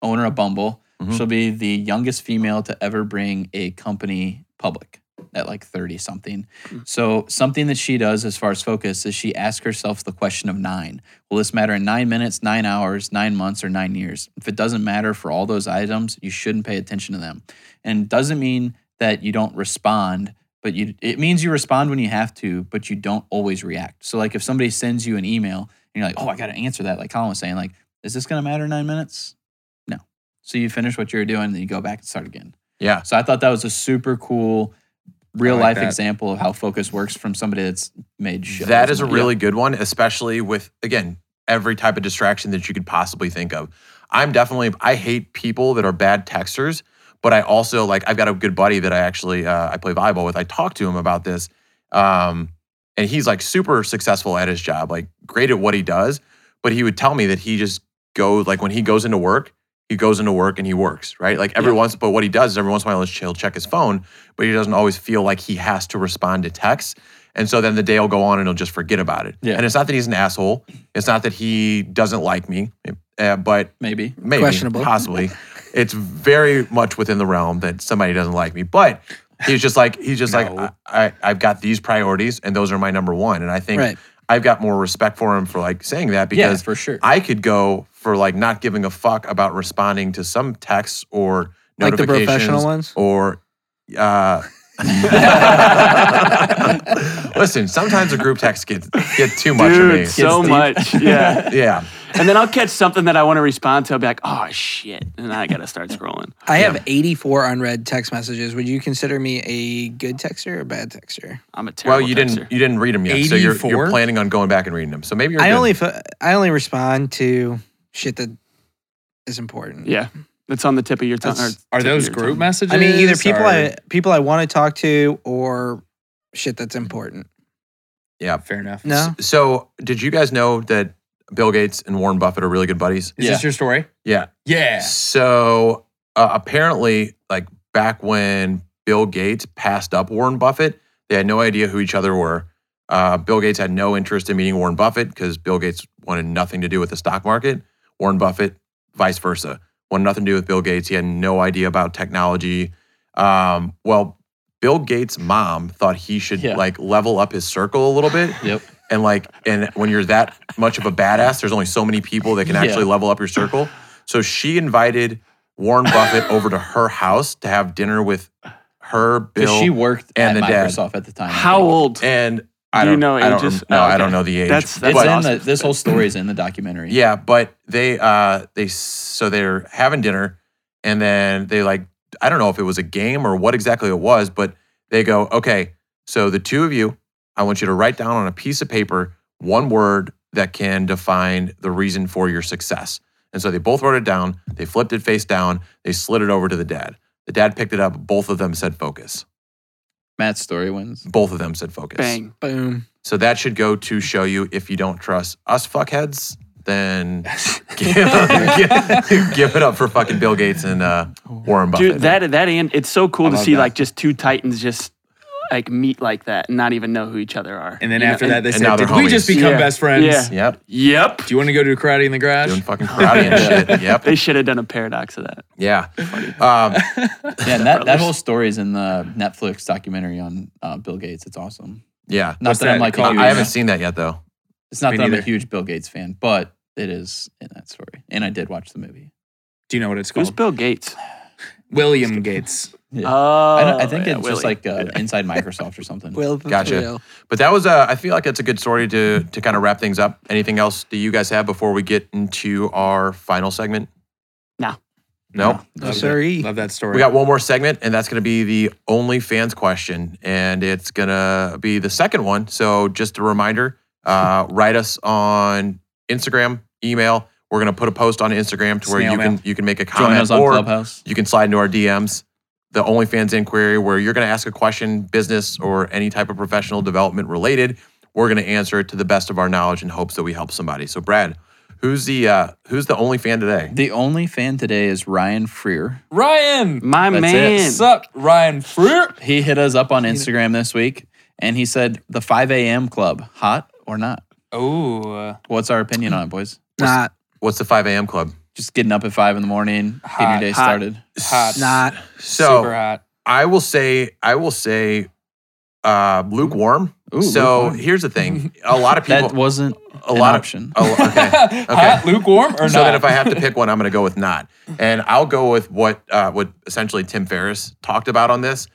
E: owner of Bumble,
B: Mhm.
E: she'll be the youngest female to ever bring a company public at like 30 something. So something that she does as far as focus is she asks herself the question of nine. Will this matter in nine minutes, nine hours, nine months, or nine years? If it doesn't matter for all those items, you shouldn't pay attention to them. And it doesn't mean that you don't respond, but you it means you respond when you have to, but you don't always react. So like if somebody sends you an email and you're like, oh, I gotta answer that, like Colin was saying, like, is this gonna matter in nine minutes? So you finish what you were doing, and then you go back and start again.
B: Yeah.
E: So I thought that was a super cool real
D: like
E: life
D: that.
E: example of how focus works from somebody that's made shit.
B: That
E: loads
B: is
E: of
B: a
E: money.
B: really good one, especially with again every type of distraction that you could possibly think of. I'm definitely I hate people that are bad texters, but I also like I've got a good buddy that I actually uh, I play volleyball with. I talked to him about this, um, and he's like super successful at his job, like great at what he does. But he would tell me that he just goes like when he goes into work, he goes into work and he works right. Like every once, but what he does is every once in a while he'll check his phone, but he doesn't always feel like he has to respond to texts. And so then the day will go on and he'll just forget about it.
E: Yeah.
B: And it's not that he's an asshole. It's not that he doesn't like me, uh, but
E: maybe.
B: maybe,
F: Questionable.
B: possibly. it's very much within the realm that somebody doesn't like me. But he's just like, he's just like, I, I, I've got these priorities and those are my number one. And I think
F: Right.
B: I've got more respect for him for like saying that
E: Yeah,
B: because
E: for sure.
B: I could go for like not giving a fuck about responding to some texts or
F: Like the
B: notifications
F: professional ones?
B: or uh Listen, sometimes a group text gets get too much
C: Dude,
B: of me.
C: so
E: deep.
C: much. Yeah.
B: Yeah.
C: and then I'll catch something that I want to respond to. I'll be like, oh, shit. And I got to start scrolling.
F: I have 84 unread text messages. Would you consider me a good texter or bad texter?
C: I'm a terrible
B: Well, you
C: texter.
B: didn't you didn't read them yet, so you're you're
D: 84?
B: planning on going back and reading them. So maybe you're.
F: I
B: good.
F: only fo- I only respond to shit that is important.
C: Yeah. It's on the tip of your tongue. or
D: That's- are
C: tip of
D: those
C: your
D: group
C: tongue.
D: messages?
F: I mean either people
D: or-
F: I people I want to talk to or shit that's important.
B: yeah.
D: fair enough.
F: No.
B: So did you guys know that Bill Gates and Warren Buffett are really good buddies?
D: Is
E: Yeah.
D: this your story?
B: Yeah.
D: Yeah.
B: So uh, apparently, like back when Bill Gates passed up Warren Buffett, they had no idea who each other were. Uh, Bill Gates had no interest in meeting Warren Buffett because Bill Gates wanted nothing to do with the stock market. Warren Buffett, vice versa, wanted nothing to do with Bill Gates. He had no idea about technology. Um, well, Bill Gates' mom thought he should
E: Yeah.
B: like level up his circle a little bit.
E: Yep.
B: And like, and when you're that much of a badass, there's only so many people that can
E: Yeah.
B: actually level up your circle. So she invited Warren Buffett over to her house to have dinner with her,
E: Because
B: Bill,
E: she worked
B: and
E: at
B: the dad.
E: Microsoft at the time. I
C: How
E: think.
C: old?
B: and I
C: Do
B: don't
C: you know
B: I don't
C: ages?
B: rem- no,
C: Oh,
B: I
C: okay.
B: don't know the age.
C: That's- that's
E: It's
B: but,
E: in
C: awesome.
E: the, this whole story is in the documentary.
B: yeah, but they uh they so they're having dinner, and then they like I don't know if it was a game or what exactly it was, but they go okay. So the two of you, I want you to write down on a piece of paper one word that can define the reason for your success. And so they both wrote it down. They flipped it face down. They slid it over to the dad. The dad picked it up. Both of them said focus.
E: Matt's story wins.
B: Both of them said focus.
C: Bang.
F: Boom.
B: So that should go to show you if you don't trust us fuckheads, then give, give, give it up for fucking Bill Gates and uh, Warren Buffett.
C: Dude, that, that and it's so cool
E: eh? I
C: to
E: love
C: see
E: that.
C: like just two titans just like meet like that and not even know who each other are.
D: And then
C: You know,
D: after that, they
B: and
D: said,
B: now they're
D: "Did we just
B: homies."
D: become
C: Yeah.
D: best friends?
C: Yeah.
B: Yep.
C: yep.
D: Do you want to go do karate in the garage?
B: Doing fucking karate and shit. Yep.
C: They should have done a paradox of that.
B: Yeah. Um,
E: Yeah, and that, that whole story is in the Netflix documentary on uh, Bill Gates. It's awesome.
B: yeah.
E: Not
D: What's
E: that, I'm
D: that
E: like, a
D: called?
E: huge-
B: I haven't seen that yet though.
E: it's not
D: Me
E: that I'm a
D: neither.
E: huge Bill Gates fan, but it is in that story. And I did watch the movie.
D: Do you know what it's
C: Who's
D: called?
C: Bill Gates?
D: William Gates.
E: Yeah.
C: Oh,
E: I, don't, I think
C: yeah,
E: it's
C: Willie.
E: just like uh, inside Microsoft or something.
F: Will
B: Gotcha.
F: Will.
B: But that was a. I feel like that's a good story to to kind of wrap things up. Anything else do you guys have before we get into our final segment?
C: No.
B: No.
F: No,
D: Love that-
F: sorry.
D: Love that story.
B: We got one more segment, and that's going to be the OnlyFans question, and it's going to be the second one. So just a reminder: uh, write us on Instagram, email. We're going to put a post on Instagram to where
D: Snail
B: you
D: mail.
B: can you can make a
E: Join
B: comment
E: us on
B: or
E: Clubhouse.
B: you can slide into our DMs. The OnlyFans inquiry, where you're going to ask a question, business or any type of professional development related, we're going to answer it to the best of our knowledge in hopes that we help somebody. So, Brad, who's the uh, who's the OnlyFan today?
E: The only fan today is Ryan Freer.
D: Ryan.
C: my
E: That's it.
C: man.
D: Sup, Ryan Fruit.
E: He hit us up on Instagram this week and he said, The 5 a.m. club, hot or not?
D: Oh,
E: What's our opinion on it, boys?
F: Not,
B: What's the 5 a.m. club?
E: Just getting up at 5 in the morning, getting your
D: Hot,
E: day
C: hot.
E: started.
D: hot.
F: not.
B: So,
D: super hot.
B: I will say, I will say, uh, lukewarm.
E: Ooh,
B: so
E: lukewarm.
B: here's the thing: a lot of people,
E: That wasn't
B: a
E: an
B: lot
E: option.
B: of, oh, okay.
D: Hot, lukewarm, or
B: so
D: not?
B: then, if I have to pick one, I'm going to go with not, and I'll go with what uh, what essentially Tim Ferriss talked about on this,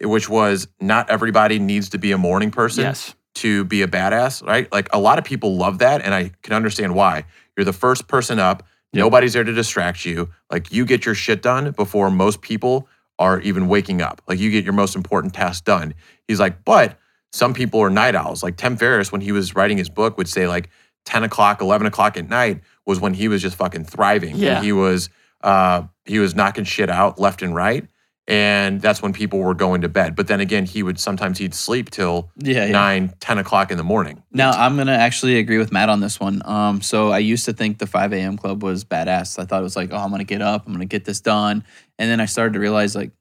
B: which was not everybody needs to be a morning person
C: Yes.
B: to be a badass, right? Like a lot of people love that, and I can understand why. You're the first person up. Nobody's there to distract you. Like you get your shit done before most people are even waking up. Like you get your most important task done. He's like, but some people are night owls. Like Tim Ferriss, when he was writing his book, would say like 10 o'clock, 11 o'clock at night was when he was just fucking thriving. when
C: Yeah.
B: he was uh, he was knocking shit out left and right. And that's when people were going to bed. But then again, he would sometimes he'd sleep till
E: Yeah, yeah.
B: nine, 10 o'clock in the morning.
E: Now I'm gonna actually agree with Matt on this one. Um, so I used to think the 5 a.m. club was badass. I thought it was like, oh, I'm gonna get up, I'm gonna get this done, and then I started to realize like,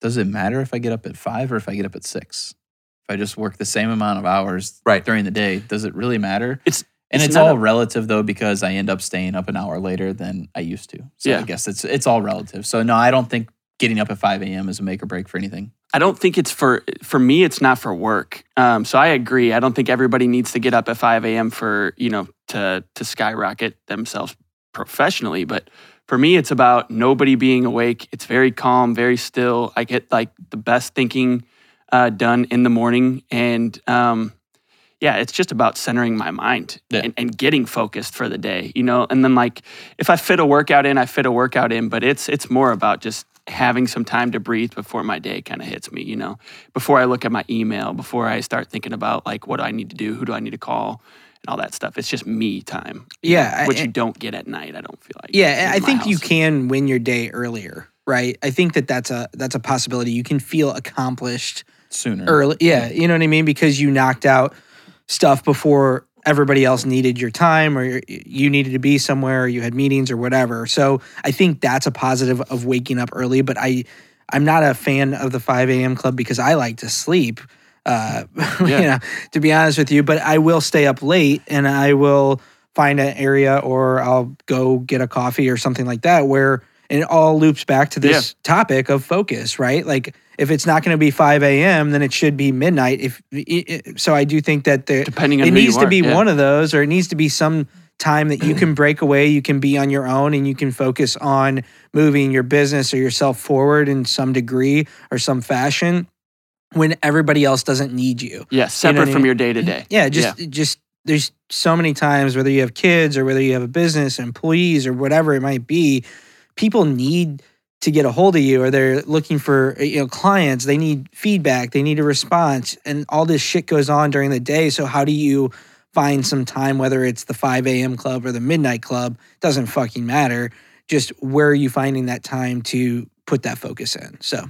E: does it matter if I get up at five or if I get up at six? If I just work the same amount of hours
B: Right.
E: during the day, does it really matter?
C: It's-
E: and
C: it's
E: it's,
C: not
E: all
C: a-
E: relative though because I end up staying up an hour later than I used to. So I
C: Yeah.
E: guess it's it's all relative. So no, I don't think getting up at 5 a.m. is a make or break for anything.
C: I don't think it's for for me. It's not for work. Um, so I agree. I don't think everybody needs to get up at five a.m. for you know to to skyrocket themselves professionally. But for me, it's about nobody being awake. It's very calm, very still. I get like the best thinking uh, done in the morning, and um, yeah, it's just about centering my mind
E: Yeah.
C: and, and getting focused for the day. You know, and then like if I fit a workout in, I fit a workout in, but it's it's more about just having some time to breathe before my day kind of hits me, you know. Before I look at my email, before I start thinking about like what do I need to do, who do I need to call and all that stuff. It's just me time. you
F: Yeah,
C: know,
F: I-
C: Which
F: I-
C: you don't get at night, I don't feel like.
F: Yeah,
C: in
F: I
C: my
F: think you
C: house.
F: can win your day earlier, right? I think that that's a that's a possibility. You can feel accomplished
E: Sooner.
C: Er,
F: early. Yeah, you know what I mean because you knocked out stuff before everybody else needed your time or you needed to be somewhere or you had meetings or whatever. So, I think that's a positive of waking up early, but I I'm not a fan of the 5 a.m. club because I like to sleep. Uh, you know, to be honest with you, but I will stay up late and I will find an area or I'll go get a coffee or something like that where and it all loops back to this topic of focus, right? Like if it's not going to be 5 a.m., then it should be midnight. If i- i- so, I do think that there,
C: depending on
F: it
C: who you
F: needs to
C: are,
F: be
C: yeah.
F: one of those, or it needs to be some time that you can break away, you can be on your own, and you can focus on moving your business or yourself forward in some degree or some fashion when everybody else doesn't need you.
C: Yeah, separate
F: I
C: from
F: mean?
C: your day to day.
F: Yeah, just just there's so many times whether you have kids or whether you have a business, employees or whatever it might be, people need to get a hold of you or they're looking for eh, you know clients, they need feedback, they need a response and all this shit goes on during the day, so how do you find some time whether it's the 5 a.m. club or the midnight club, doesn't fucking matter. Just where are you finding that time to put that focus in? So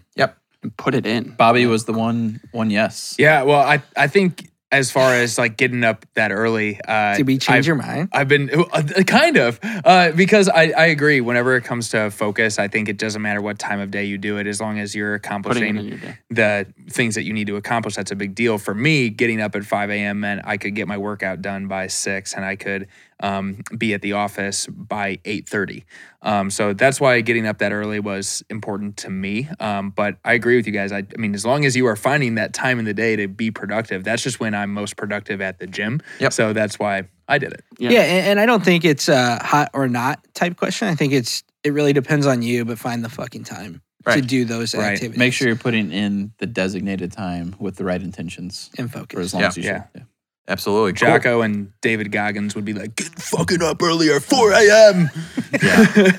C: And put it in.
E: Bobby was the one one yes.
D: Yeah, well, I, I think as far as like getting up that early. Uh,
F: Did we change
D: I've-
F: your mind?
D: I've been uh, kind of uh, because I, I agree. Whenever it comes to focus, I think it doesn't matter what time of day you do it, as long as you're
C: putting it in
D: accomplishing
C: your day.
D: the things that you need to accomplish. That's a big deal for me. Getting up at 5 a.m. meant I could get my workout done by six, and I could um, be at the office by 8:30. Um, so that's why getting up that early was important to me. Um, but I agree with you guys. I, I mean, as long as you are finding that time in the day to be productive, that's just when I'm most productive at the gym.
B: Yep.
D: So that's why I did it.
C: Yeah.
F: Yeah, and, and I don't think it's a hot or not type question. I think it's it really depends on you, but find the fucking time to
B: Right.
F: do those
D: Right.
F: activities.
E: Make sure you're putting in the designated time with the right intentions
F: and
E: for as
F: focus.
E: long
B: Yeah.
E: as you
D: Yeah.
E: should. Yeah.
B: Absolutely. Cool.
E: uh,
D: Jocko and David Goggins would be like, get fucking up earlier, 4 a.m.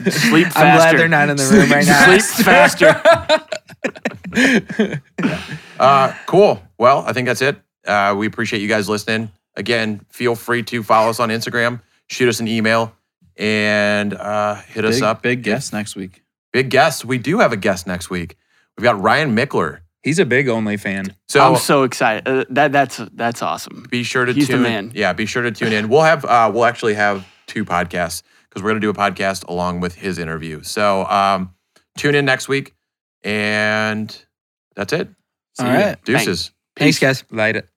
C: Sleep faster.
F: I'm glad they're not in the room right now.
C: Sleep faster.
B: Uh, cool. Well, I think that's it. Uh, we appreciate you guys listening. Again, feel free to follow us on Instagram, shoot us an email, and uh, hit us
E: Big,
B: up.
E: big guest next week.
B: Big guest. We do have a guest next week. We've got Ryan Mickler.
D: He's a big only fan.
B: So
C: I'm so excited. Uh, that that's that's awesome.
B: be sure to
C: he's the
B: tune.
C: man.
B: Yeah, be sure to tune in. We'll have uh, we'll actually have two podcasts because we're gonna do a podcast along with his interview. So um, tune in next week, and that's it.
F: All right.
B: Deuces.
F: Thanks, guys.
D: Light it.